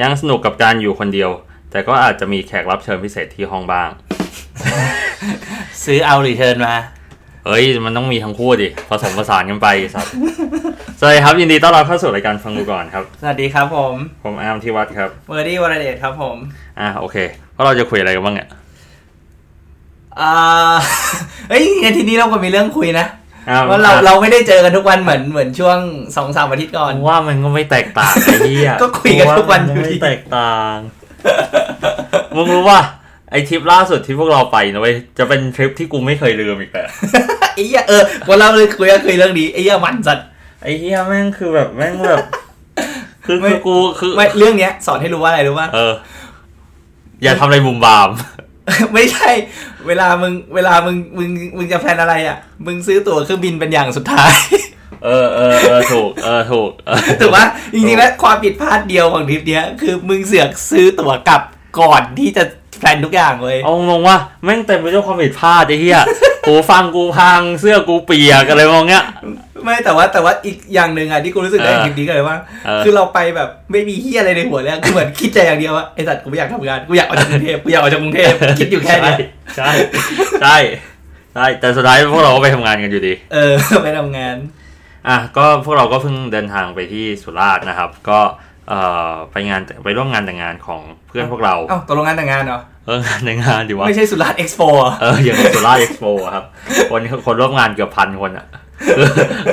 ยังสนุกกับการอยู่คนเดียว แต่ก็อาจจะมีแขกรับเชิญพิเศษที่ห้องบ้าง ซื้อเอาหรือเชิญมา เอ้ยมันต้องมีทั้งคู่ดิผสมผสานกันไปไอ้สัตว์สวัสดีครับยินดีต้อนรับเข้าสู่รายการฟังดูก่อนครับ สวัสดีครับผม ผมอาร์มที่วัดครับ เวอร์ดี้วรเดชครับผม อ่ะโอเคก็เราจะคุยอะไรกันบ้างเนี่ย อ่า เฮ้ยอาทีนี้เราก็มีเรื่องคุยนะ อ้ ว่าเรา อ่ะ เราไม่ได้เจอกันทุกวันเหมือนเหมือนช่วงสองสามอาทิตย์ก่อน ว่ามันก็ไม่แตกต่างไอ้เหี้ย ก็คุยกันทุกวัน กูามั อยู่ดี ไม่แตกต่างมึงรู้ป่ะไอทริปล่าสุดที่พวกเราไปนะเว้ยจะเป็นทริปที่กูไม่เคยลืมอีกแล้ว ไอ้เหี้ยเออพอเราเลยคุยก็คุยเรื่องนี้ไอ้เหี้ยมันสัตว์ ไอ้เฮียแม่งคือแบบแม่งแบบ คือ ไม่ คือกูคือ ไม่เรื่องเนี้ย สอนให้รู้ว่าอะไรรู้ป่ะ เออ อย่าทำอะไรบุมบาม ไม่ใช่ เวลามึงเวลามึงมึงมึงจะแพลนอะไรอ่ะ มึงซื้อตั๋วเครื่องบินเป็นอย่างสุดท้าย เออเออเออถูกเออถูกเออ ถูกปะจริงๆแล้วความผิดพลาดเดียวของทริปเนี้ยคือมึงเสือกซื้อตั๋วกลับก่อนที่จะแพลนทุกอย่างเลย เอางงว่าแม่งเต็มไปด้วยความผิดพลาดไอ้เฮียหูฟั งกูพังเสื้อกูเปียกอะไรมองเงี้ย ไม่แต่ว่าแต่ว่าอีกอย่างหนึ่งอ่ะที่กูรู้สึกได้ เออ ทริปนี้ก็เลยว่า เออ คือเราไปแบบไม่มีเฮียอะไรในหัวเลยอะคือเหมือนคิดใจอย่างเดียวว่าไอ้สัตว์กูไม่อยากทำงานกูอยากออกจากกรุงเทพกูอยากออกจากกรุงเทพคิดอยู่แค่เนี้ย ใช่ใช่ใช่ใช่แต่สุดท้ายพวกเราก็ไปทำงานกันอยู่ดี เออไปทำงาน อ่ะก็พวกเราก็เพิ่งเดินทางไปที่สุราษฎร์นะครับ ก็เอ่อไปงานไปร่วมงานแต่งงานของเพื่อนพวกเรา เอ้าตกลงงานแต่งงานเหรอ เอองานแต่งงานดีวะ ไม่ใช่สุราษฎร์เอ็กซ์โป เอออย่างโซล่าเอ็กซ์โปครับ คนคนร่วมงานเกือบพันคนอ่ะ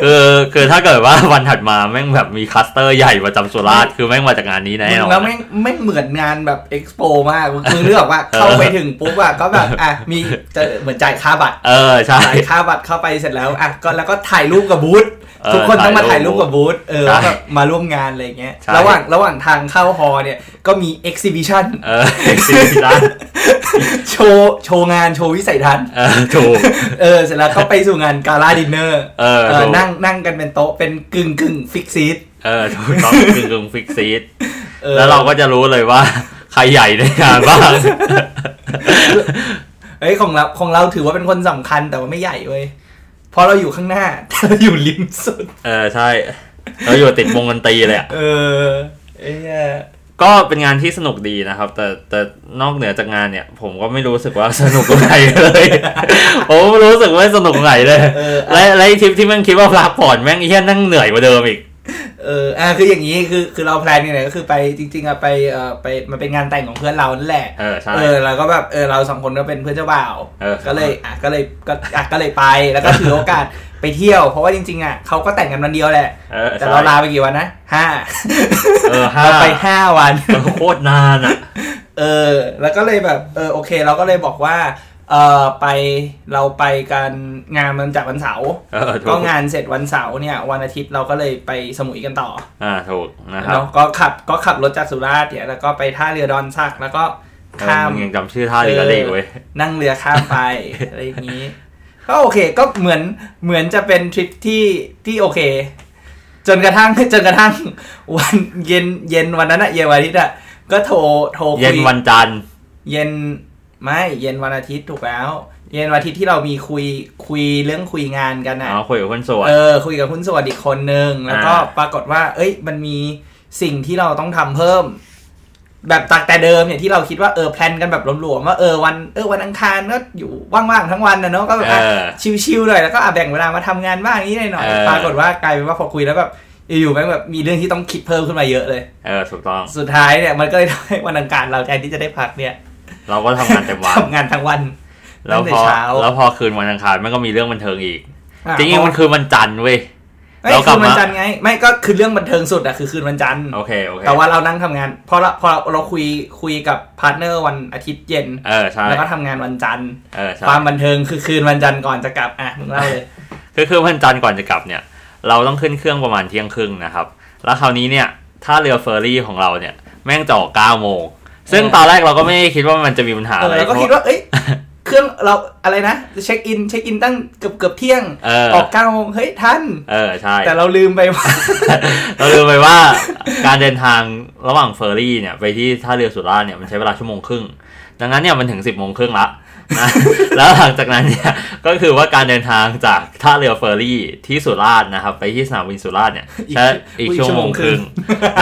คือคือคือถ้าเกิดว่าวันถัดมาแม่งแบบมีคลัสเตอร์ใหญ่ประจำโซล่าคือแม่งมาจากงานนี้แน่นอน แล้วไม่ไม่เหมือนงานแบบเอ็กซ์โปมากมึงเลือกว่าเข้าไปถึงปุ๊บอะก็แบบอ่ะมีจะเหมือนจ่ายค่าบัตร เออ ใช่ จ่ายค่าบัตรเข้าไปเสร็จแล้วอ่ะก็แล้วก็ถ่ายรูปกับบูธ เออ ทุกคนต้องมาถ่ายรูปกับบูธเออ ใช่ แล้วก็มาร่วมงานอะไรเงี้ย ใช่ ระหว่างระหว่างทางเข้าฮอลล์เนี่ยก็มีเอ็กซิบิชัน เออเอ็กซ์ซิชัน โชว์โชว์งานโชว์วิสัยทัศน์ เออถูก เออเสร็จแล้วก็ไปสู่งานกาลาดินเนอร์ เออ เออ ถูก นั่งนั่งกันเป็นโต๊ะเป็นกึ่งกึ่งฟิกซีด เออถูกต้องคือกึ่งฟิกซีดแล้วเราก็จะรู้เลยว่า ใครใหญ่ในงานบ้าง เอ้ยของเราของเราถือว่าเป็นคนสำคัญแต่ว่าไม่ใหญ่เว้ยเพราะเราอยู่ข้างห น้าแต่เราอยู่ริมสุด เออ ใช่ เราอยู่ติดวงดนตรีเลยอ่ะ เออไอ้เหี้ย ก็เป็นงานที่สนุกดีนะครับ แต่แต่นอกเหนือจากงานเนี่ย ผมก็ไม่รู้สึกว่า สนุกตรงไหนเลย ผมไม่รู้สึกว่าสนุกตรงไหนเลย เออ และและไอ้ทริปที่แม่งคิดว่าพักผ่อนแม่งไอ้เฮี้ยนั่งเหนื่อยกว่าเดิมอีก เออ อ่า คืออย่างนี้ คือ คือเราแพลนเนี่ยก็คือไปจริง ๆอะไป เอ่อ ไป มันเป็นงานแต่งของเพื่อนเรานั่นแหละ เออใช่ เออ แล้วก็แบบ เออ เราสองคนก็เป็นเพื่อนเจ้าบ่าว เออ ก็เลย อ่ะ ก็เลย ก็อ่ะก็เลยไป แล้วก็ถือโอกาสไปเที่ยว เพราะว่าจริงๆอะเขาก็แต่งกันวันเดียวแหละ เออ แต่ ใช่ เราลาไปกี่วันนะห้า เออห้า เราไปห้าวัน เออโคตรนานอ่ะ เออ แล้วก็เลยแบบ เออ โอเค เราก็เลยบอกว่า เออไป เราไปกันงานมันจัดวันเสาร์ เออถู ก็ ก งานเสร็จวันเสาร์เนี่ย วันอาทิตย์เราก็เลยไปสมุยกันต่อ อ่าถูกนะครับ เนาะก็ขับก็ขับรถจากสุราษฎร์เนี่ยแล้วก็ไปท่าเรือดอนซักแล้วก็ เออ ข้าม มึงยังจำชื่อท่าเรือได้อีกเว้ย นั่งเรือข้ามไป อะไรอย่างนี้ ก็โอเคก็เหมือนเหมือนจะเป็นทริปที่ที่โอเค จนกระทั่ง จนกระทั่ง วันเย็นเย็นวันนั้นอะเย็นวันอาทิตย์อะก็โทรโทร เย็ คุ น ย วันจันทร์ เย็นไม่เย็นวันอาทิตย์ถูกแล้ว เย็นวันอาทิตย์ที่เรามีคุยคุยเรื่องคุยงานกันอะ อ๋อคุยกับคนสวน เออคุยกับหุ้นส่วนอีกคนนึง แล้วก็ อ่า ปรากฏว่า เอ้ย มันมีสิ่งที่เราต้องทำเพิ่ม แบบตักแต่เดิมเนี่ยที่เราคิดว่าเออแพลนกันแบบหลวมๆว่าเออวันเออวันอังคารก็อยู่ว่างๆทั้งวันนะเนาะก็แบบ เอ อ่ะ อ ชิวๆหน่อยแล้วก็อ่ะแบ่งเวลามาทำงานบ้างนี้หน่อย เออ ๆปรากฏว่ากลายเป็นว่าพอคุยแล้วแบบอยู่ๆแม่งแบบมีเรื่องที่ต้องคิดเพิ่มขึ้นมาเยอะเลย เออถูกต้อง สุดท้ายเนี่ยมันก็เลยทำให้วันอังคารเราแทนที่จะได้พักเนี่ย เราก็ทำงานเต็มวัน ทำงานทั้งวัน แล้ว ตั้งแต่ พอ เช้า แล้วพอคืนวันอังคารมันก็มีเรื่องบันเทิงอีก อ่ะ จริงๆมันคือวันจันทร์เว้ย ไม่ เรากลับคืน มา วันจันทร์ไง ไม่ก็คือเรื่องบันเทิงสุดอะคือคืนวันจันทร์ โอเคโอเค แต่ว่าเรานั่งทำงานพอเราพอเราเราคุยคุยกับพาร์ทเนอร์วันอาทิตย์เย็น เออใช่ แล้วก็ทำงานวันจันทร์ เออใช่ ความบันเทิงคือคืนวันจันทร์ก่อนจะกลับอ่ะมึงเล่าเลย ก็คือวันจันทร์ก่อนจะกลับเนี่ย เราต้องขึ้นเครื่องประมาณเที่ยงครึ่งนะครับ แล้วคราวนี้เนี่ยถ้าเรือเฟอร์รี่ของเราเนี่ย แม่งจะออก9โมงซึ่ง เออ ตอนแรกเราก็ไม่ได้คิดว่ามันจะมีปัญหา เอ อะ อ ไร แล้วก็คิดว่าเอ้ย เครื่องเราอะไรนะเช็คอินเช็คอินตั้งเกือบเกือบเที่ยง เออ ออกเก้าโมงเฮ้ยท่าน เออใช่ แต่เราลืมไปว่า เราลืมไปว่า การเดินทางระหว่างเฟอร์รี่เนี่ยไปที่ท่าเรือสุราษฎร์เนี่ยมันใช้เวลาชั่วโมงครึ่ง ดังนั้นเนี่ยมันถึงสิบโมงครึ่งละ นะ แล้วหลังจากนั้นเนี่ยก็คือว่าการเดินทางจากท่าเรือเฟอร์รี่ที่สุราษฎร์นะครับไปที่สนามบินสุราษฎร์เนี่ยใช้ อี อี ก ก ชั่ ชั่ ว ว โม โม ง ง ค ค รึ่ รึ่ ง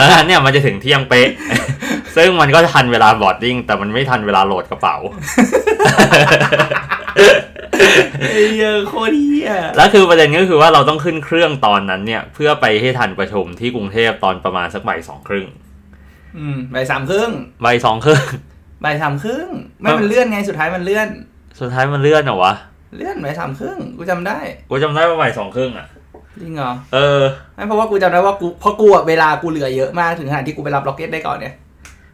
งดังนั้นเนี่ยมันจะถึงเที่ยงเป๊ะ ซึ่งมันก็ทันเวลาบอร์ดดิ้งแต่มันไม่ทันเวลาโหลดกระเป๋า เอ้ยเออโคตรเฮีย แล้วคือประเด็นก็คือว่าเราต้องขึ้นเครื่องตอนนั้นเนี่ยเพื่อไปให้ทันประชุมที่กรุงเทพตอนประมาณสักบ่ายสองครึ่ง อืมบ่ายสามครึ่ง บ่ายสองครึ่ง บ่ายสามครึ่งไม่มันเลื่อนไงสุดท้ายมันเลื่อน สุดท้ายมันเลื่อนเหรอวะ เลื่อนบ่ายสามครึ่งกูจำได้ กูจำได้ว่าบ่ายสองครึ่งอ่ะ จริงเหรอ เออ ไม่เพราะว่ากูจำได้ว่ากูเพราะกูอะเวลากูเหลือเยอะมากถึงขนาดที่กูไปรับล็อกเก็ตได้ก่อนเนี่ย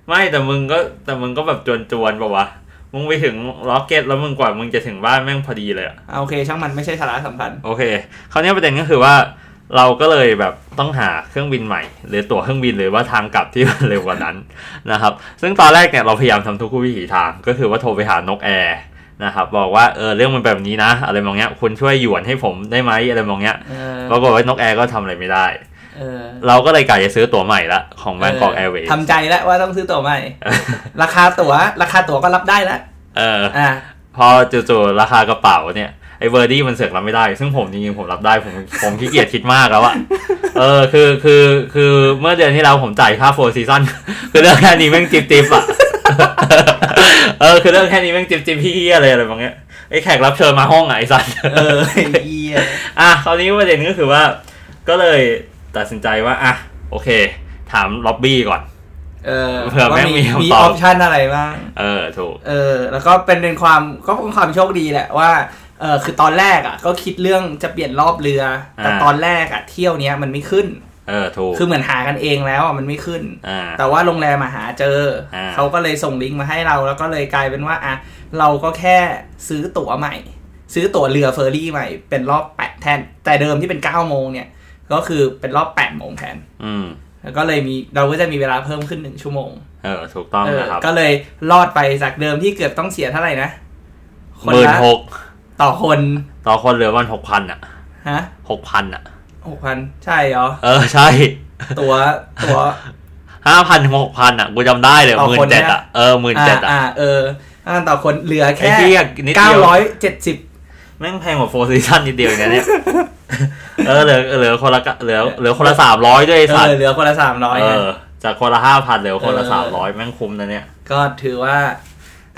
ไม่แต่มึงก็แต่มึงก็แบบจวนจวนๆปะวะ มึงไปถึงล็อกเก็ตแล้วมึงกว่ามึงจะถึงบ้านแม่งพอดีเลยอะ อ่ะโอเค ช่างมันไม่ใช่สาระสำคัญ โอเค คราวนี้ประเด็นก็คือว่า เราก็เลยแบบต้องหาเครื่องบินใหม่ หรือตั๋วเครื่องบินหรือว่าทางกลับที่มันเร็วกว่านั้น นะครับ ซึ่งตอนแรกเนี่ยเราพยายามทำทุกวิถีทางก็คือว่าโทรไปหานกแอร์นะครับบอกว่าเออเรื่องมันแบบนี้นะ อะไรมองเงี้ยคุณช่วยหยวนให้ผมได้ไหมอะไรมองเงี้ย เออ ปรากฏว่านกแอร์ก็ทำอะไรไม่ได้ เออ เราก็เลยกะจะซื้อตั๋วใหม่ละของแบงกอกแอร์เวย์ ทำใจแล้วว่าต้องซื้อตั๋วใหม่ ราคาตั๋วราคาตั๋วก็รับได้แล้ว เออ อ่ะ พอจู่ๆราคากระเป๋าเนี่ยไอ้เวอร์ดี้มันเสือกรับไม่ได้ ซึ่งผมจริงๆผมรับได้ผมผมขี้เกียจคิดมากแล้วอะเออคือคือคือเมื่อเดือนที่แล้วผมจ่ายค่าโฟร์ซีซั่น คือเรื่องแค่นี้แม่งจิบจิบอะ เออคือเรื่องแค่นี้แม่งจิบจิบพี่เหี้ยอะไรอะไรแบบเนี้ยไอ้แขกรับเชิญมาห้องอะไอ้สัส เออไอ้เหี้ย อ่ะคราวนี้ประเด็นก็คือว่า ก็เลยตัดสินใจว่าอ่ะโอเค ถามล็อบบี้ก่อน เออ เผื่อแม่งมี ว่ามี คำต อ อบ อปชันอะไรบ้าง เออถูก เออ แล้วก็เป็นเป็นความก็เป็นความโชคดีแหละว่า เออคือตอนแรกอ่ะ ก็คิดเรื่องจะเปลี่ยนรอบเรือ แต่ อ่า ตอนแรกอ่ะเที่ยวเนี้ยมันไม่ขึ้น เออถูก คือเหมือนหากันเองแล้วอ่ะมันไม่ขึ้น อ่า แต่ว่าโรงแรมมาหาเจอ อ่า เขาก็เลยส่งลิงก์มาให้เรา แล้วก็เลยกลายเป็นว่าอ่ะเราก็แค่ซื้อตั๋วใหม่ ซื้อตั๋วเรือเฟอร์รี่ใหม่ เป็นรอบแปดแทน แต่เดิมที่เป็นเก้าโมงเนี่ย ก็คือเป็นรอบแปดโมงแทน อืม แล้วก็เลยมีเราก็จะมีเวลาเพิ่มขึ้นหนึ่งชั่วโมง เออถูกต้อง เออ นะครับ ก็เลยรอดไปจากเดิมที่เกือบต้องเสียเท่าไหร่นะ หมื่น ละ หก ต่อคน ต่อคนเหลือวันหกพันอ่ะ ฮะ หกพันอ่ะ หกพันใช่เหรอ เออ ใช่ ตัวตัว ห้าพันหกพันอ่ะ กูจำได้เลย ต่อ หมื่ คน นเนี่ เจ็ ย ดอ่ะ เออหมื่นเจ็ดอ่ะ อ่าเอออ่าต่อคนเหลือ ไอ้ แค่ เหี้ยนิดเดี เก้า ยว ร้อยเจ็ดสิบ แม่งแพงกว่าโฟร์ซีซั่นนิดเดียวเองนะเนี่ย เออเหลือเหลือคนละกะเหลือเหลือคนละสามร้อยด้วยไอ้ เอ สัต อ ว์ เหลือคนละสามร้อย เออ จากคนละห้าพันเหลือคนละสามร้อยแม่งคุ้มนะเนี่ย ก็ถือว่า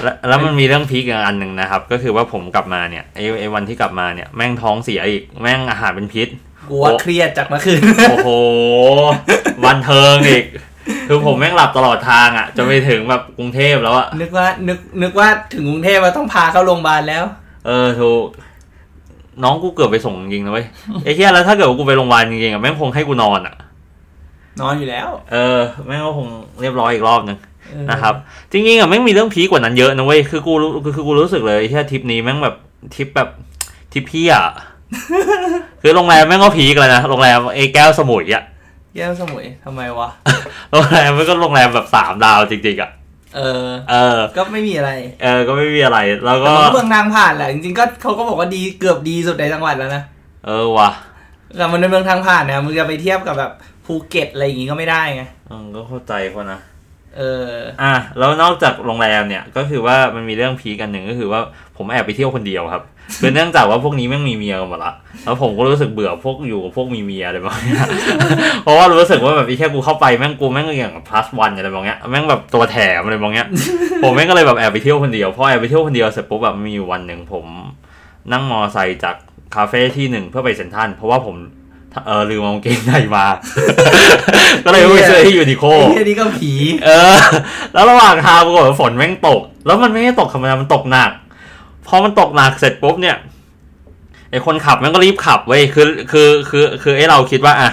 แล้วแล้วมันมีเรื่องพีกอีกอันหนึ่งนะครับ ก็คือว่าผมกลับมาเนี่ยไอ้ไอ้วันที่กลับมาเนี่ยแม่งท้องเสียอีกแม่งอาหารเป็นพิษ กูว่าเครียดจากเมื่อคื น โอ้โห บันเทิงอีก คือผมแม่งหลับตลอดทางอ่ะจนไปถึงแบบกรุงเทพแล้วอ่ะ นึกว่านึกนึกว่าถึงกรุงเทพมาต้องพาเข้าโรงพยาบาลแล้ว เออถูกน้องกูเกือบไปส่งจริงๆนะเว้ย ไอ้เหี้ยแล้วถ้าเกิดว่ากูไปโรงพยาบาลจริงๆอ่ะแม่งคงให้กูนอนอ่ะ นอนอยู่แล้ว เออแม่งก็คงเรียบร้อยอีกรอบนึง เออ นะครับจริงๆอ่ะแม่งมีเรื่องพีคกว่านั้นเยอะนะเว้ยคือกูรู้คือคือกูรู้สึกเลยไอ้เหี้ยทริปนี้แม่งแบบทริปแบบทริปพี่อ่ะ คือโรงแรมแม่งก็พีคแล้วนะโรงแรมไอ้แก้วสมุยอ่ะ แย่สมุยทำไมวะ โรงแรมมันก็โรงแรมแบบสามดาวจริงๆอ่ะ เอ อ เออ ก็ไม่มีอะไร เออก็ไม่มีอะไรแล้วก็ แต่มันเมืองนางผ่านแหละจริงๆก็เขาก็บอกว่าดีเกือบดีสุดในจังหวัดแล้วนะ เออว่ะ แต่มันเป็นเมืองทางผ่านนะมึงจะไปเทียบกับแบบภูเก็ตอะไรอย่างงี้ก็ไม่ได้ไง อืมก็เข้าใจคนนะ เออ อ่ะแล้วนอกจากโรงแรมเนี่ยก็คือว่ามันมีเรื่องพีกันหนึ่งก็คือว่าผมแอบไปเที่ยวคนเดียวครับ คือเนื่องจากว่าพวกนี้แม่งมีเมียกันหมดละแล้วผมก็รู้สึกเบื่อพวกอยู่กับพวกมีเมียอะไรแบบเนี้ย เพราะว่ารู้สึกว่าแบบไอ้แค่กูเข้าไปแม่งกูแม่งก็อย่างกับ plus one อะไรแบบเนี้ยแม่งแบบตัวแถมอะไรแบบเนี้ย ผมแม่งก็เลยแบบแอบไปเที่ยวคนเดียวพอแอบไปเที่ยวคนเดียวเสร็จปุ๊บแบบมีอยู่วันหนึ่งผมนั่งมอไซค์จากคาเฟ่ที่หนึ่งเพื่อไปเซ็นทรัลเพราะว่าผมเออลืมเอากางเกงในมา ก็เลยไปซื้อที่ยูนิโค ไอ้ที่นี่ก็ผี เออ แล้วระหว่างทางปรากฏว่าฝนแม่งตก แล้วมันไม่ได้ตกธรรมดา มันตกหนัก พอมันตกหนักเสร็จปุ๊บเนี่ยไอคนขับแม่งก็รีบขับเว้ย คือ คือ คือ คือไอเราคิดว่าอ่ะ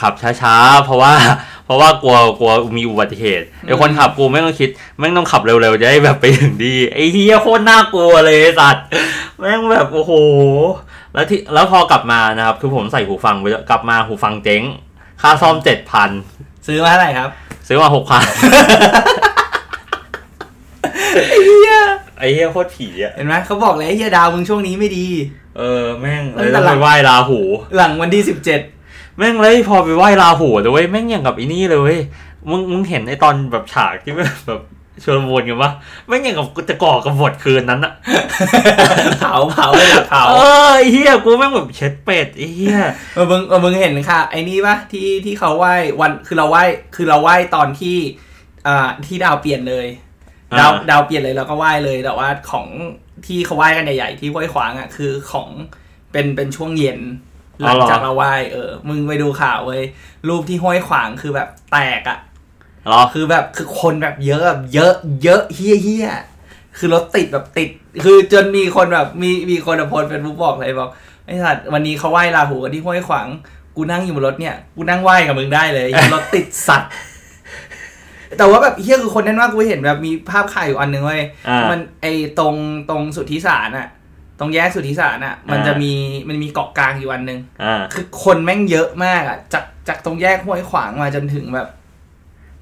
ขับช้าๆ เพราะว่า เพราะว่ากลัว กลัวมีอุบัติเหตุไอคนขับกูแม่งต้องคิดแม่งต้องขับเร็วๆ จะได้แบบไปถึงดี ไอเฮียโคตรน่ากลัวเลยไอ้สัตว์ แม่งแบบโอ้โห แล้วที่ แล้วพอกลับมานะครับ คือผมใส่หูฟังไปด้วยกลับมาหูฟังเจ๊ง ค่าซ่อมเจ็ดพัน ซื้อมา เท่าไหร่ครับ ซื้อมาหกพัน ไอ้เหี้ยโคตรผีอ่ะ เห็นไหมเขาบอกเลยไอ้เฮียดาวมึงช่วงนี้ไม่ดี เออแม่ง ตั้ เลย งแต่ ต้อง หลั ไป ง ไหว้ราหู หลังวันที่สิบเจ็ด แม่งเลยพอไปไหว้ราหูเลยเว้ยแม่งอย่างกับไอ้นี่เลยเว้ยมึงมึงเห็นไอ้ตอนแบบฉากที่แบบแบบชวนวนกันปะแม่งอย่างกับกูจะก่อกบฏคืนนั้นอะ เผาเผาเลยเผา เออไอ้เหี้ยกูแม่งแบบเช็ดเป็ดไอ้เหี้ย เออมึงเออมึงเห็นค่ะ ไอ้นี่ปะที่ที่เขาไหว้วันคือเราไหว้คือเราไหว้ตอนที่อ่าที่ดาวเปลี่ยนเลย ดาวดาวเปลี่ยนเลยแล้วก็ไหว้เลยแต่ว่าของที่เขาไหว้กันใหญ่ๆที่ห้วยขวางอ่ะคือของเป็นเป็นช่วงเย็น หลังจากเราไหว้เออ มึงไปดูข่าวเว้ยรูปที่ห้วยขวางคือแบบแตกอ่ะ เหรอ คือแบบคือคนแบบเยอะแบบเยอะเยอะเฮี้ยเฮี้ยคือรถติดแบบติด คือจนมีคนแบบมีมีคนอะโพสเป็นบุ๊กบอกเลยบอกไอ้สัตว์วันนี้เขาไหว้ลาหูกันที่ห้วยขวางกูนั่งอยู่บนรถเนี่ยกูนั่งไหว้กับมึงได้เลยรถติดสัต ว์ แต่ว่าแบบเฮี้ยคือคนแน่นมากกูเห็นแบบมีภาพข่าวอยู่อันหนึ่งเว้ย อ่า มันไอตรงตรงสุทธิสารน่ะ ตรงแยกสุทธิสารน่ะ มัน อ่า จะมีมันมีเกาะกลางอยู่วันหนึ่ง อ่า คือคนแม่งเยอะมากอ่ะจากจากตรงแยกห้วยขวางมาจนถึงแบบ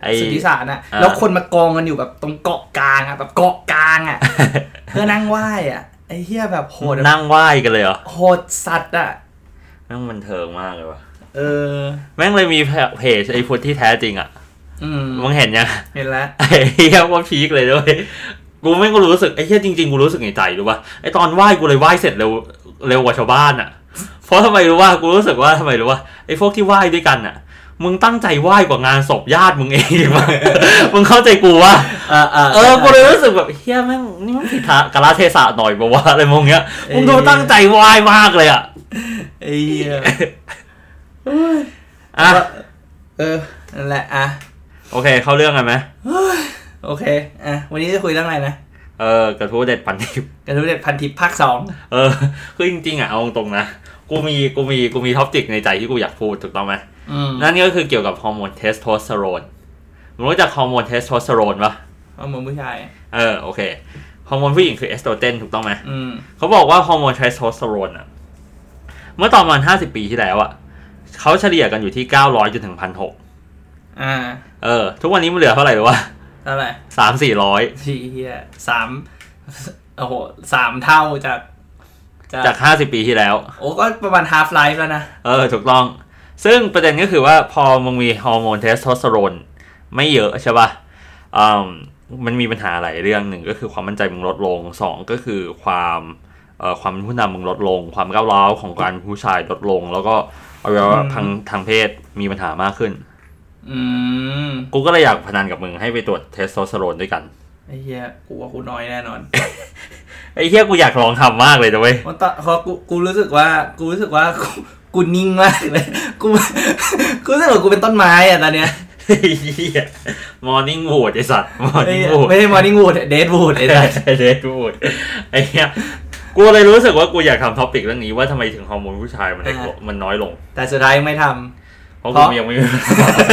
ไอ้ สุท ธิสารน่ะ อ่า แล้วคนมากองกันอยู่แบบตรงเกาะกลางอ่ะแบบเกาะกลาง อ่ะ เพื่อนั่งไหว้อ่ะไอเฮียแบบโหดอะ นั่งไหว้กันเลยเหรอ โหดสัตว์อ่ะ แม่งมันเทิงมากเลยวะ เออ แม่งเลยมีเพจไอ้พุทธที่แท้จริงอ่ะ อืม มึงเห็นยัง เห็นแล้ว ไอ้เหี้ยว่าพีคเลยด้วยกูไม่งก็รู้สึกไอ้เหี้ยจริงๆกูรู้สึกในใจรู้ป่ะไอ้ตอนไหว้กูเลยไหว้เสร็จเร็วเร็วกว่าชาวบ้านอ่ะ เพราะทำไมรู้ว่ากูรู้สึกว่าทำไมรู้ว่าไอ้พวกที่ไหว้ด้วยกันอ่ะ มึงตั้งใจไหว้กว่างานศพญา ติมึงเองอีกมั้ง มึงเข้าใจกูว่า เออเออ เออกูเลยรู้สึกแบบเฮียแม่งนี่มันผิดทางกาลเทศะหน่อยบอกว่าวะอะไรมงเงี้ยมึงดูตั้งใจไหว้มากเลยอ่ะ ไอเฮีย อ่ะ เออนั่นแหละอ่ะ โอเค เข้าเรื่องกันไหม โอเคอ่ะวันนี้จะคุยเรื่องอะไรนะ เออกระทู้เด็ดปันทิพ กระทู้เด็ดพันทิปภาคสอง เออคือจริงๆอ่ะเอาตรงๆนะ กูมีกูมีกูมีท็อปติกในใจที่กูอยากพูดถูกต้องไหม อืม นั่นก็คือเกี่ยวกับฮอร์โมนเทสโทสเตอโรนมึงรู้จักฮอร์โมนเทสโทสเตอโรนปะ เอามือผู้ชาย เออโอเคฮอร์โมนผู้หญิงคือเอสโตรเจนถูกต้องไหม อืม เขาบอกว่าฮอร์โมนเทสโทสเตอโรนอ่ะ เมื่อตอนประมาณห้าสิบปีที่แล้วอ่ะเขาเฉลี่ยกันอยู่ที่เก้าร้อยจนถึงพันหก อ่า เออ ทุกวันนี้มันเหลือเท่าไหร่หรือว่า เท่าไหร่ สามสี่ร้อย ทีเฮียสามโอ้โหสามเท่าจากจาก จากห้าสิบปีที่แล้ว โอ้ก็ประมาณ half life แล้วนะ เออถูกต้อง ซึ่งประเด็นก็คือว่าพอมึงมีฮอร์โมนเทสโทสเตอโรนไม่เยอะใช่ปะ่ะมันมีปัญหาหลายเรื่องหนึ่งก็คือความมั่นใจมึงลดลงสองก็คือความเอ่อความเป็นผู้นำมึงลดลง ความก้าวร้าวของการผู้ชายลดลง แล้วก็อวัยวะ อืม ทางทางเพศมีปัญหามากขึ้น อืม กูก็เลยอยากพนันกับมึงให้ไปตรวจเทสโทสเตอโรนด้วยกัน ไอ้เฮียกูว่ากูน้อยแน่นอน ไอ้เฮียกูอยากลองทำมากเลยนะเว้ย มันตอนเขากูกูรู้สึกว่า กูรู้สึกว่า กูกูนิ่งมากเลย กูกูรู้สึกว่ากูเป็นต้นไม้อะตอนเนี้ย ไอ้เฮียมอร์นิ่งวูดไอสัตว์มอร์ ไอ้ นิ่ง เหี้ย วูด ไม่ใช่ morning wood dead wood ไอ้ ไอ้ สัส ใช่ เดทูดไอ้เนี้ยกูเลยรู้สึกว่ากูอยากทำท็อปิกเรื่องนี้ว่าทำไมถึงฮอร์โมนผู้ชายมันได้ลดมันน้อยลง แต่สุดท้ายไม่ท เพราะกูยังไม่มี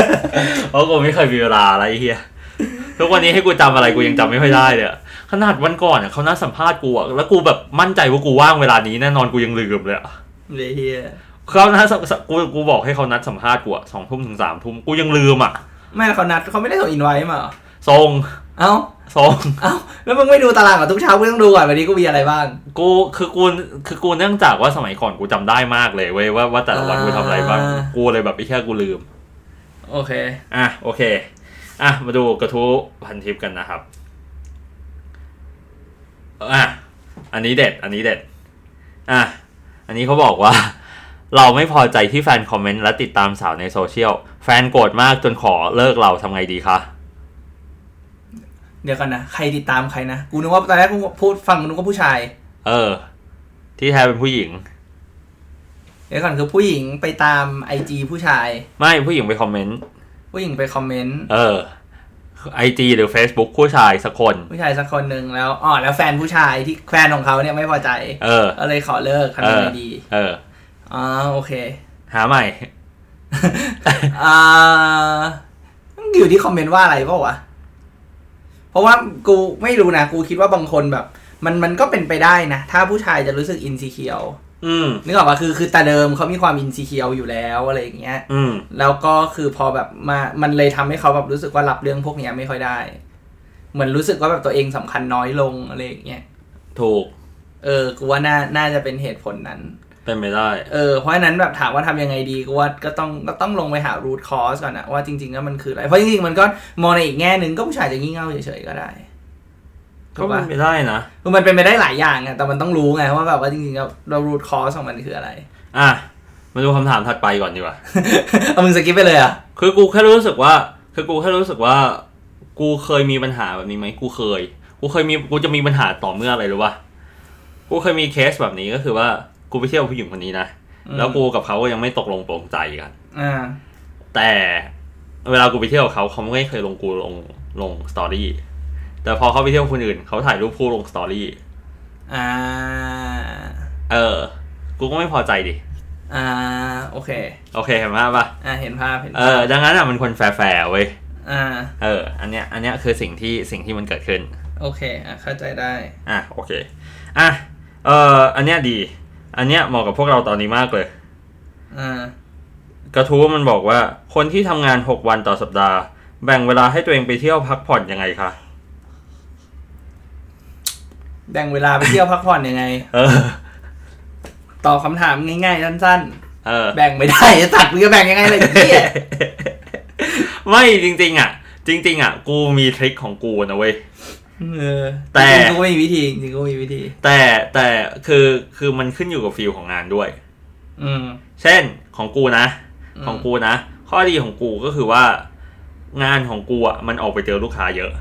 เพราะกูไม่เคยมีเวลาอะไรไอ้เฮียทุกวันนี้ให้กูจำอะไรกูยังจำไม่ค่อยได้เลยอะขนาดวันก่อนอะเขานัดสัมภาษณ์กูอะแล้วกูแบบมั่นใจว่ากูว่างเวลานี้แน่นอนกูยังลืมเลยอะ ำไอ้เฮีย เขานัดสัมกูกูบอกให้เขานัดสัมภาษณ์กูอะสองทุ่มถึงสามทุ่มกูยังลืมอะ ไม่แล้วเขานัดเขาไม่ได้ส่งอินไว้มาเหรอ ทรง เอ้า ทรง เอ้าแล้วมึงไม่ดูตารางเหรอทุกเช้ากูต้องดูก่อนวันนี้กูมีอะไรบ้าง กูคือกูคือกูเนื่องจากว่าสมัยก่อนกูจำได้มากเลยเว้ยว่าว่าแต่ละวัน อ่า กูทำอะไรบ้างกูเลยแบบไอ้แค่กูลืม โอเค อ่ะโอเค อ่ะมาดูกระทู้พันทิปกันนะครับอ่ะอันนี้เด็ด อันนี้เด็ด อ่ะอันนี้เขาบอกว่า เราไม่พอใจที่แฟนคอมเมนต์และติดตามสาวในโซเชียลแฟนโกรธมากจนขอเลิกเราทำไงดีคะ เดี๋ยวกันนะ ใครติดตามใครนะ กูนึกว่าตอนแรกกูพูดฟังนึกว่าผู้ชาย เออ ที่แท้เป็นผู้หญิง เดี๋ยวก่อนคือผู้หญิงไปตามไอจีผู้ชาย ไม่ผู้หญิงไปคอมเมนต์ ผู้หญิงไปคอมเมนต์ เออไอจีหรือ Facebook ผู้ชายสักคน ผู้ชายสักคนหนึ่งแล้วอ๋อแล้วแฟนผู้ชายที่แฟนของเขาเนี่ยไม่พอใจ เออ ก็เลยขอเลิกทำยังไงดี เออ อ๋อโอเค หาใหม่ อ่ามันอยู่ที่คอมเมนต์ว่าอะไรเปล่าวะเพราะว่ากูไม่รู้นะ กูคิดว่าบางคนแบบ มันมันก็เป็นไปได้นะ ถ้าผู้ชายจะรู้สึกอินซีเคียว อืม นึกออกปะคือคือแต่เดิมเขามีความอินซีเคียวอยู่แล้วอะไรอย่างเงี้ย อืม แล้วก็คือพอแบบมา มันเลยทำให้เขาแบบรู้สึกว่ารับเรื่องพวกเนี้ยไม่ค่อยได้ เหมือนรู้สึกว่าแบบตัวเองสำคัญน้อยลงอะไรอย่างเงี้ย ถูก เออกูว่าน่าน่าจะเป็นเหตุผลนั้น เป็นไปได้ เออเพราะฉะนั้นแบบถามว่าทำยังไงดีก็ว่าก็ต้องก็ต้องลงไปหา root cause ก่อนอะว่าจริงๆแล้วมันคืออะไร เพราะจริงๆมันก็มองในอีกแง่หนึ่งก็ผู้ชายจะงี่เง่าเฉยๆก็ได้ ก็ ถูก เป็ ปะ นไปได้นะ คือมันเป็นไปได้หลายอย่างไงแต่มันต้องรู้ไงว่าแบบว่าจริงๆแล้วเรา root cause ของมันคืออะไร อ่ะมาดูคำถามถัดไปก่อนดีกว่า เอามึงสกิปไปเลยเหรอ่ะ คือกูแค่รู้สึกว่า คือกูแค่รู้สึกว่า กูเคยมีปัญหาแบบนี้ไหมกูเคย กูเคยมี กูจะมีปัญหาต่อเมื่ออะไรรู้ป่ะ กูเคยมีเคสแบบนี้ก็คือว่า กูไปเที่ยวกับผู้หญิงคนนี้นะ แล้วกูกับเขาก็ยังไม่ตกลงปลงใจกัน อ่า แต่เวลากูไปเที่ยวกับเขาเขาไม่เคยลงกูลงลงสตอรี่ แต่พอเขาไปเที่ยวกับคนอื่นเขาถ่ายรูปคู่ลงสตอรี่ อ่า เออ กูก็ไม่พอใจดิ อ่าโอเค โอเคเห็นภาพป่ะ อ่าเห็นภาพเห็น เอ ภา อ พ ดังนั้นอ่ะมันควรแฟร์ๆเว้ย อ่า เออ อันเนี้ย อันเนี้ยคือสิ่งที่สิ่งที่มันเกิดขึ้น โอเคอ่ะเข้าใจได้ อ่ะโอเค อ่ะเอ่ออันเนี้ยดี อันเนี้ยเหมาะกับพวกเราตอนนี้มากเลย อ่าก ระทู้มันบอกว่า คนที่ทำงาน 6 วันต่อสัปดาห์ แบ่งเวลาให้ตัวเองไปเที่ยวพักผ่อนยังไงคะ แบ่งเวลาไปเที่ยวพักผ่อนยังไง เออ ตอบคำถามง่ายๆสั้น เออ ๆ แบ่งไม่ได้ไอ้สัตว์มึงจะแบ่งยังไงเลยพี่ ไม่จริงๆ อ่ะ จริง ๆ อ่ะ กูมีทริคของกูนะเว้ย เออ แต่ จริงๆกูก็มีวิธีจริงๆกูมีวิธี แต่แต่คือคือมันขึ้นอยู่กับฟิลของงานด้วย อืม เช่นของกูนะ ม ของกูนะ ข้อดีของกูก็คือว่างานของกูอ่ะมันออกไปเจอลูกค้าเยอะ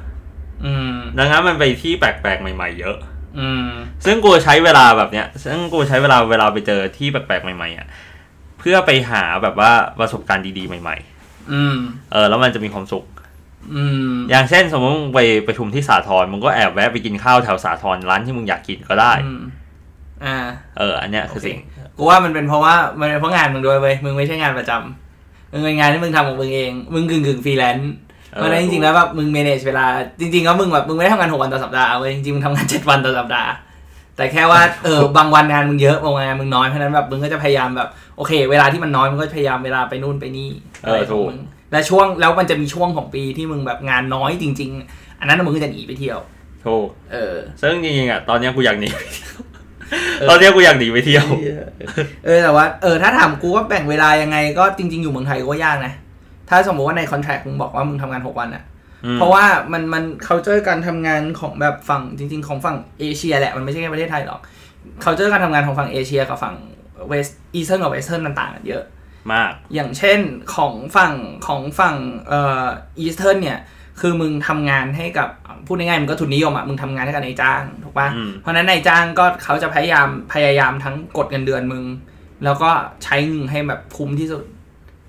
อืม ดังนั้นมันไปที่แปลกๆ ใหม่ๆ เยอะ อืม ซึ่งกูใช้เวลาแบบเนี้ย ซึ่งกูใช้เวลาเวลาไปเจอที่แปลกๆ ใหม่ๆอ่ะ เพื่อไปหาแบบว่าประสบการณ์ดีๆ ใหม่ อืม ๆ เออ แล้วมันจะมีความสุข อืม อย่างเช่น สมมติมึงไปประชุมที่สาทรมึงก็แอบแวะไปกินข้าวแถวสาทรร้านที่มึงอยากกินก็ได้ อืมอ่า เออ อันเนี้ยคือสิ่ง กูว่ามันเป็นเพราะว่ามันเป็นเพราะงานมึงด้วยเว้ยมึงไม่ใช่งานประจำมึงเป็นงานที่มึงทำของมึงเอง มึงกึ่งกึ่งฟรีแลนซ์ เออ เพราะฉะนั้นจริงๆแล้วแบบมึง manage เวลาจริงๆแล้วมึงแบบมึงไม่ได้ทำงานหกวันต่อสัปดาห์เว้ยจริงๆมึงทำงานเจ็ดวันต่อสัปดาห์ แต่แค่ว่าเออบางวันงานมึงเยอะบางวันงานมึงน้อยเพราะฉะนั้นแบบมึงก็จะพยายามแบบโอเค เวลาที่มันน้อยมึงก็พยายามเวลาไปนู่นไปนี่ เออถูก มึงและช่วงแล้วมันจะมีช่วงของปีที่มึงแบบงานน้อยจริง ๆ อันนั้นมึงก็จะหนีไปเที่ยว ถูก เออ ซึ่งจริงๆอ่ะ ตอนเนี้ยกูอยาก หนี เออ ตอนเนี้ยกูอยากหนีไปเที่ยว เออแต่ว่าเออถ้าถามกูว่าแบ่งเวลายังไงก็จริง ๆ อยู่เมืองไทยก็ยากนะ ถ้าสมมติว่าในคอนแทคมึงบอกว่ามึงทำงานหกวันอะ อืม เพราะว่ามันมันเขาเจอการทำงานของแบบฝั่งจริง ๆ ของฝั่งเอเชียแหละมันไม่ใช่แค่ประเทศไทยหรอกเขาเจอการทำงานของฝั่งเอเชียกับฝั่งเวสอีเทิร์นกับเวสเทิร์นมันต่างกันเยอะ มาก อย่างเช่นของฝั่งของฝั่งเอ่ออีสเทิร์นเนี่ย คือมึงทำงานให้กับพูดง่ายๆมันก็ทุนนิยมอ่ะมึงทำงานให้กับนายจ้างถูกปะ อืม เพราะฉะนั้นนายจ้างก็เขาจะพยายามพยายามทั้งกดเงินเดือนมึง แล้วก็ใช้เงินให้แบบคุ้มที่สุด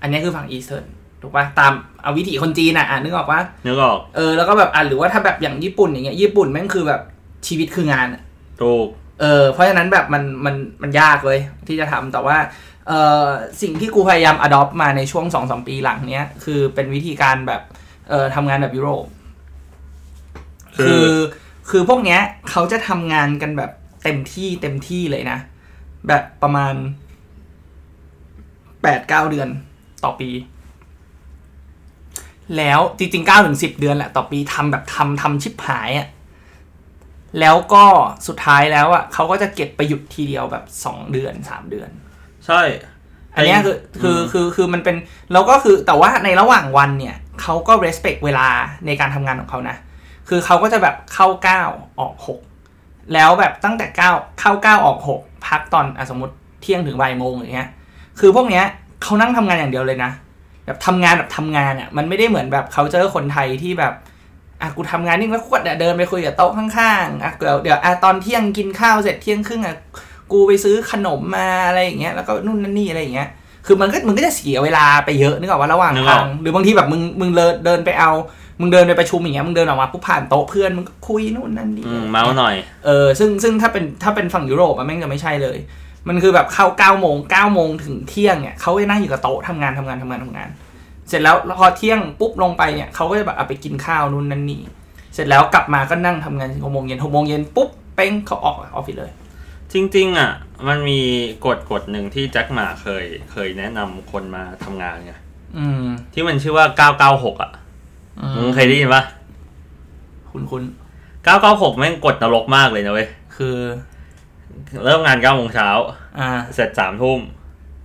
อันนี้คือฝั่งอีสเทิร์นถูกปะตามเอาวิถีคนจีนอ่ะอ่ะนึกออกปะ นึกออก เออแล้วก็แบบอ่ะหรือว่าถ้าแบบอย่างญี่ปุ่นอย่างเงี้ยญี่ปุ่นแม่งคือแบบชีวิตคืองานอะ ถูก เออเพราะฉะนั้นแบบมันมันมันยากเลยที่จะทำแต่ว่าเออสิ่งที่กูพยายาม adopt มาในช่วง2อสปีหลังเนี้ย คือเป็นวิธีการแบบเออทำงานแบบยุโรป คือ คือคือพวกเนี้ยเขาจะทำงานกันแบบเต็มที่เต็มที่เลยนะ แบบประมาณแปดเก้าเดือนต่อปี แล้วจริงๆเก้าถึงสิบเดือนแหละต่อปีทำแบบทำทำชิบหายอะ แล้วก็สุดท้ายแล้วอ่ะเขาก็จะเก็บไปหยุดทีเดียวแบบสองเดือนสามเดือน ใช่ อันเนี้ยคือคือคือคือมันเป็นแล้วก็คือแต่ว่าในระหว่างวันเนี่ยเขาก็ respect เวลาในการทำงานของเขานะ คือเขาก็จะแบบเข้าเก้าออกหกแล้วแบบตั้งแต่เก้าเข้าเก้าออกหกพักตอนอะสมมติเที่ยงถึงบ่ายโมงอย่างเงี้ย คือพวกเนี้ยเขานั่งทำงานอย่างเดียวเลยนะ แบบทำงานแบบทำงานอ่ะมันไม่ได้เหมือนแบบเขาเจอคนไทยที่แบบอ่ะกูทำงานนิ่งแล้วกูก็เดินไปคุยกับโต๊ะข้างๆอ่ะเดี๋ยวเดี๋ยวอ่ะตอนเที่ยงกินข้าวเสร็จเที่ยงครึ่งอ่ะกูไปซื้อขนมมาอะไรอย่างเงี้ยแล้วก็นู่นนั่นนี่อะไรอย่างเงี้ย คือมันก็มึงก็จะเสียเวลาไปเยอะนึกออกว่าระหว่าง นึกอ ทา อก งหรือบางทีแบบมึงมึงเดินเดินไปเอา มึงเดินไปประชุมอย่างเงี้ยมึงเดินออกมาปุ๊บผ่านโต๊ะเพื่อนมึงก็คุยนู่นนั่นนี่ อืมเมาส์หน่อย เออซึ่งซึ่งถ้าเป็นถ้าเป็นฝั่งยุโรปอะแม่งจะไม่ใช่เลย มันคือแบบเข้าเก้าโมงเก้าโมงถึงเที่ยงเนี่ยเขาจะนั่งอยู่กับโต๊ะทำงานทำงานทำงานทำงาน เสร็จแล้วแล้วพอเที่ยงปุ๊บลงไปเนี่ยเขาก็จะแบบเอาไปกินข้าวนู่นนั่นนี่เสร็จแล้วกลับมาก็นั่งทำงานถึงหกโมงเย็นหกโมงเย็นปุ๊บเป้งเขาออกออฟฟิศเลย จริงๆ อ่ะ มันมีกฎกฎหนึ่งที่แจ็คหมาเคยเคยแนะนำคนมาทำงานไง อืม ที่มันชื่อว่า 996 อ่ะ อื มึง ม เคยได้ยินปะ คุณคุณ 996 แม่งกดนรกมากเลยนะเว้ย คือ เริ่มงาน9โมงเช้า อ่า เสร็จ3ทุ่ม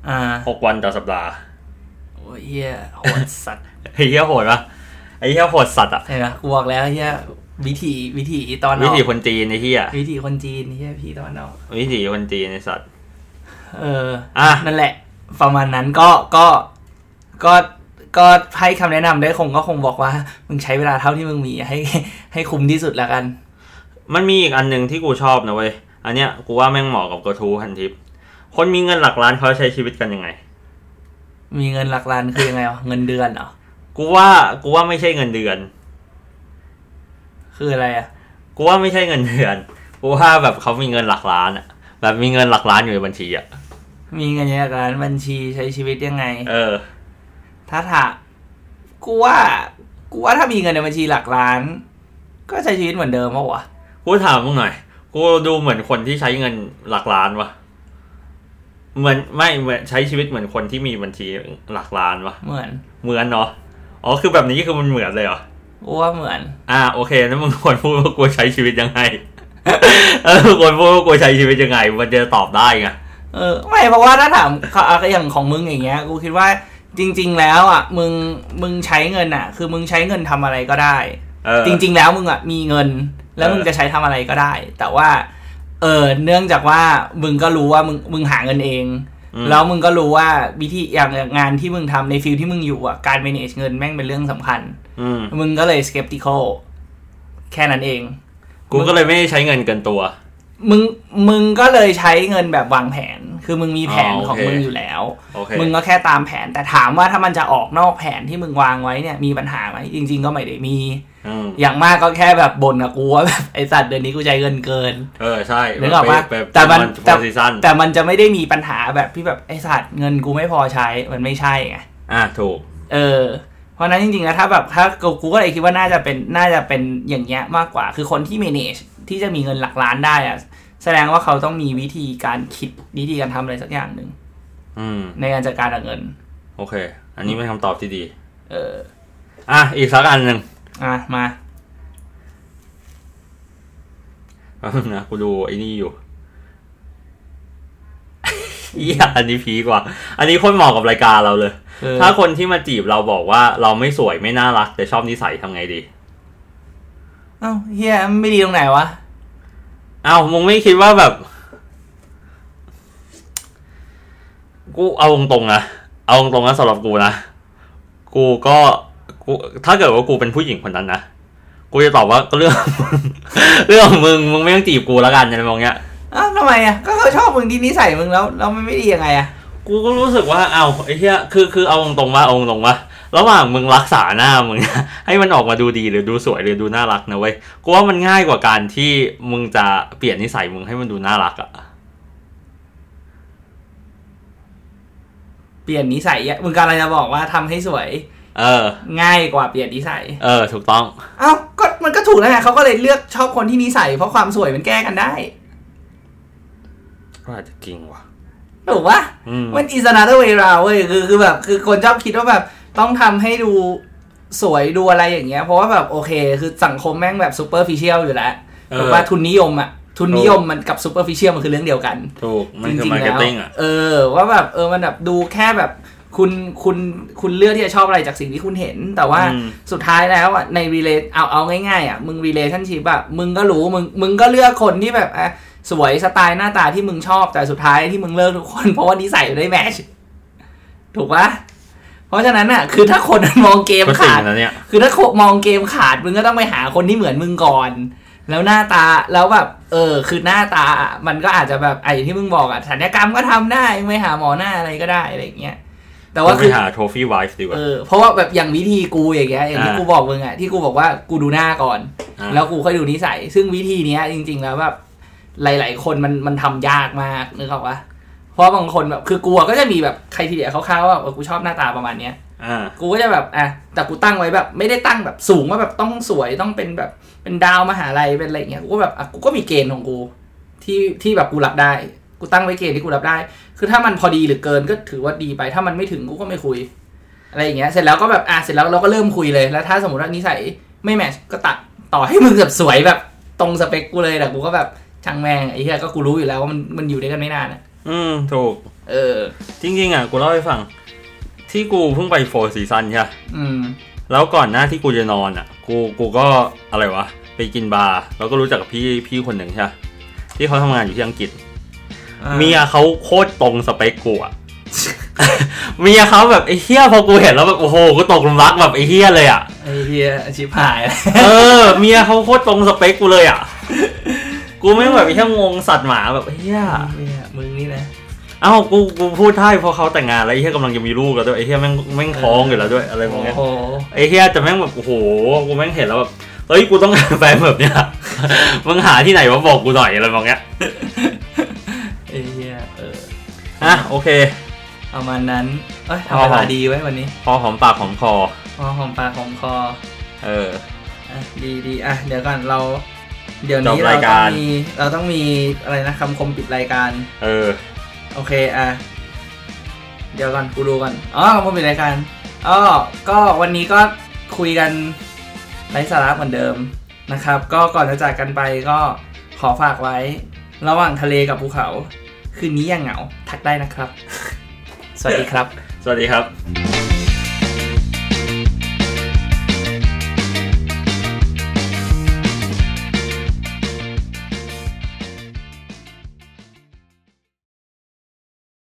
อ่า 6 วันต่อสัปดาห์ โอ้ยเฮียโหดสั ตว์ ไอ้เหี้ยโหดปะไอ้เหี้ยโหดสัตว์อะ เห็นไหมกูบอกแล้วเฮียวิธีวิธีตอนอ วิ อก ถีคนจีนไอ้เหี้ย วิธีคนจีนเฮียพี่ตอนออก วิถีคนจีนไอ้สัตว์ เออ อ่ะ นั่นแหละ ประมาณนั้นก็ก็ก็ก็ให้คำแนะนำได้คงก็คงบอกว่า มึงใช้เวลาเท่าที่มึงมีให้ให้คุ้มที่สุดละกัน มันมีอีกอันหนึ่งที่กูชอบนะเว้ย อันเนี้ยกูว่าแม่งเหมาะกับกระทู้พันทิป คนมีเงินหลักล้านเขาใช้ชีวิตกันยังไง มีเงินหลักล้านคือยังไงวะเงินเดือนเหรอ กูว่ากูว่าไม่ใช่เงินเดือน คืออะไรอ่ะ กูว่าไม่ใช่เงินเดือน กูว่าแบบเขามีเงินหลักล้านอะแบบมีเงินหลักล้านอยู่ในบัญชีอะ มีเงินหลักล้านบัญชีใช้ชีวิตยังไง เออ ถ้าถามกูว่ากูว่าถ้ามีเงินในบัญชีหลักล้าน ก็ใช้ชีวิตเหมือนเดิมปะวะ กูถามมึงหน่อย กูดูเหมือนคนที่ใช้เงินหลักล้านวะเหมือนไม่เหมือนใช้ชีวิตเหมือนคนที่มีบัญชีหลักล้านวะ เหมือน เหมือนเนาะ อ๋อคือแบบนี้คือมันเหมือนเลยเหรอ กูว่าเหมือน อ่าโอเคแล้วมึงควรพูดว่ากูใช้ชีวิตยังไง เออควรพูดว่ากูใช้ชีวิตยังไง มันจะตอบได้ไง เออไม่เพราะว่าถ้าถาม เขาเอาอย่างของมึงอย่างเงี้ย กูคิดว่าจริง ๆ แล้วอ่ะมึงมึงใช้เงินอ่ะ คือมึงใช้เงินทำอะไรก็ได้ เออ จริง ๆ แล้วมึงอ่ะมีเงิน แล้วมึงจะใช้ทำอะไรก็ได้ แต่ว่า เออเนื่องจากว่ามึงก็รู้ว่ามึงมึงหาเงินเอง อืม แล้วมึงก็รู้ว่าวิธีอย่างงานที่มึงทำในฟิลที่มึงอยู่อ่ะการ manage เงินแม่งเป็นเรื่องสำคัญ อืม มึงก็เลย skeptical แค่นั้นเอง กูก็เลยไม่ได้ใช้เงินเกินตัว มึงมึงก็เลยใช้เงินแบบวางแผน คือมึงมีแผน อ๋อโอเค ของมึงอยู่แล้ว โอเค มึงก็แค่ตามแผน แต่ถามว่าถ้ามันจะออกนอกแผนที่มึงวางไว้เนี่ยมีปัญหาไหมจริง ๆ ก็ไม่ได้มี อืม อย่างมากก็แค่แบบบ่นกับกูว่าแบบ ไอสัตว์เดือนนี้กูใช้เงินเกิน เออใช่ นึกออกปะ ไปไป แต่มันแต่ แต่ซีซั่น แต่มันจะไม่ได้มีปัญหาแบบที่แบบไอสัตว์เงินกูไม่พอใช้มันไม่ใช่ไง อ่ะถูก เออ เพราะฉะนั้นจริงๆนะถ้าแบบถ้ากูกูก็เลยคิดว่าน่าจะเป็นน่าจะเป็นอย่างเงี้ยมากกว่า คือคนที่ manage ที่จะมีเงินหลักล้านได้อะแสดงว่าเขาต้องมีวิธีการคิดวิธีการทำอะไรสักอย่างหนึ่ง อืม ในการจัดการกับเงิน โอเค อันนี้เป็นคำตอบที่ดี เออ อ่ะ อีกสักอันหนึ่ง อ่ะมา แป๊บนึงนะ กูดูไอ้นี่ อยู่ เหี้ยอันนี้พีกว่า อันนี้คนเหมาะกับรายการเราเลย คือ ถ้าคนที่มาจีบเราบอกว่าเราไม่สวยไม่น่ารัก แต่ชอบนิสัยทำไงดี เอ้าเฮียไม่ดีตรงไหนวะ อ้าวมึงไม่คิดว่าแบบ กูเอาตรงๆนะเอาตรงๆนะสำหรับกูนะ กูก็กูถ้าเกิดว่ากูเป็นผู้หญิงคนนั้นนะ กูจะตอบว่าก็เรื่อง เรื่องมึงมึงไม่ต้องจีบกูแล้วกันอะไรมองเงี้ย อ้าวทำไมอ่ะ ก็เขาชอบมึงที่นิสัยมึงแล้วแล้วมันไม่ดียังไงอ่ะ กูก็รู้สึกว่าเอาไอ้เหี้ยคือคือเอาตรงๆว่าเอาตรงๆว่าระหว่างมึงรักษาหน้ามึง ให้มันออกมาดูดีหรือดูสวยหรือดูน่ารักนะเว้ยกูว่ามันง่ายกว่าการที่มึงจะเปลี่ยนนิสัยมึงให้มันดูน่ารักอะ เปลี่ยนนิสัยอะมึงกำลังจะบอกว่าทำให้สวย เออ ง่ายกว่าเปลี่ยนนิสัย เออ ถูกต้อง เอ้าก็มันก็ถูกแล้วไงเขาก็เลยเลือกชอบคนที่นิสัยเพราะความสวยมันแก้กันได้ ก็อาจจะจริงว่ะ ถูกปะ อืม มัน is another way round เว้ยคือคือแบบคือคนชอบคิดว่าแบบต้องทำให้ดูสวยดูอะไรอย่างเงี้ย เพราะว่าแบบโอเค คือสังคมแม่งแบบ superficial อยู่แล้ว เออ ถูกปะทุนนิยมอะทุนนิยมมันกับ superficial มันคือเรื่องเดียวกัน ถูก มัน จ คือ ริง มา ๆ ร์เก็ แล้ ต ว ติ้งอ่ะ เออ ว่าแบบเออมันแบบดูแค่แบบคุณคุณคุณเลือกที่จะชอบอะไรจากสิ่งที่คุณเห็น แต่ว่า อืม สุดท้ายแล้วอ่ะในรีเลทเอาเอาง่ายๆอ่ะมึงรีเลชั่นชีพอ่ะมึงก็รู้มึงมึงก็เลือกคนที่แบบอ่ะสวยสไตล์หน้าตาที่มึงชอบแต่สุดท้ายที่มึงเลิกทุกคน เพราะว่านิสัยไม่ได้แมชถูกปะเพราะฉะนั้นอ่ะคือถ้าคนมันมองเกม ก็สิ่ง ขาด นั้นเนี่ย คือถ้าโคมองเกมขาดมึงก็ต้องไปหาคนที่เหมือนมึงก่อน แล้วหน้าตาแล้วแบบเออ คือหน้าตาอ่ะมันก็อาจจะแบบไอ้ที่มึงบอกอ่ะศัลยกรรมก็ทำได้มึงไปหาหมอหน้าอะไรก็ได้อะไรอย่างเงี้ยแต่ว่า ไป คือ หาโทฟี่ไวฟ์ดีกว่า เออเพราะว่าแบบอย่างวิธีกูอย่างเงี้ยอย่างที่ อ่า กูบอกมึงอ่ะที่กูบอกว่ากูดูหน้าก่อน อ่ะ แล้วกูค่อยดูนิสัย ซึ่งวิธีเนี้ยจริง ๆ แล้วแบบหลาย ๆ คนมันมันทำยากมากนึกออกปะเพราะบางคนแบบคือกูอะก็จะมีแบบใครทีเดียคร่าวๆว่าเออกูชอบหน้าตาประมาณเนี้ย อ่า กูก็จะแบบอ่ะแต่กูตั้งไว้แบบ ไม่ได้ตั้งแบบสูงว่าแบบต้องสวยต้องเป็นแบบเป็นดาวมหาลัยเป็นอะไรอย่างเงี้ยกูก็แบบอ่ะกูก็มีเกณฑ์ของกูที่ที่แบบกูรับได้ กูตั้งไว้เกณฑ์ที่กูรับได้ คือถ้ามันพอดีหรือเกินก็ถือว่าดีไป ถ้ามันไม่ถึงกูก็ไม่คุย อะไรอย่างเงี้ยเสร็จแล้วก็แบบอ่ะเสร็จแล้วเราก็เริ่มคุยเลยแล้วถ้าสมมติว่านิสัยไม่แมทช์ก็ตัด ต่อให้มึงแบบสวยแบบตรงสเปคกูเลยแต่กูก็แบบช่างแม่งไอ้เหี้ยก็กูรู้อยู่แล้วว่ามันมันอยู่ด้วยกันไม่นานอะ อืมถูก เออ จริง ๆ อ่ะ กูเล่าให้ฟัง ที่กูเพิ่งไปโฟร์ซีซันใช่ปะ อืม แล้วก่อนหน้าที่กูจะนอนอ่ะ กูกูก็อะไรวะ ไปกินบาร์แล้วก็รู้จักกับพี่พี่คนหนึ่งใช่ปะที่เขาทำงานอยู่ที่อังกฤษ เมียเขาโคตรตรงสเปคกูอะ เมียเขาแบบไอ้เฮี้ยพอกูเห็นแล้วแบบโอ้โหกูตกหลุมรักแบบไอ้เฮี้ยเลยอะ ไอ้เหี้ยชิบหายแล้ว เออเมียเขาโคตรตรงสเปคกูเลยอะ กูไม่งแบบไอ้เฮี้ยงงสัตว์หมาแบบไอ้เฮี้ย เหี้ยมึงนี่นะ เอ้ากูกูพูดได้เพราะเขาแต่งงานแล้วไอ้เฮี้ยกำลังจะมีลูกแล้วด้วยไอ้เฮี้ยแม่งแม่งท้องอยู่แล้วด้วยอะไรพวกเนี้ย โอ้โห ไอ้เฮี้ยแต่แม่งแบบโอ้โหกูแม่งเห็นแล้วแบบเฮ้ยกูต้องการแฟนแบบเนี้ย มึงหาที่ไหนมาบอกกูหน่อยอะไรแบบเนี้ย ไอ้เหี้ยเออ อ่ะโอเค ประมาณนั้น เอ้ยทำเวลาดีไว้วันนี้ พอหอมปากหอมคอ พอหอมปากหอมคอ เออ อ่ะดีดีอ่ะ เดี๋ยวก่อนเรา เดี๋ยวนี้ จบ เรา ราย ต้ กา อง ร มี เราต้องมีอะไรนะคำคมปิดรายการ เออ โอเค อ่ะ เดี๋ยวก่อนกูดูก่อนอ๋อคำคมปิดรายการอ๋อก็วันนี้ก็คุยกันไร้สาระเหมือนเดิมนะครับ ก็ก่อนจะจากกันไปก็ขอฝากไว้ ระหว่างทะเลกับภูเขา คืนนี้อยังเหงา ทักได้นะครับ สวัสดีครับ สวัสดีครับ Thank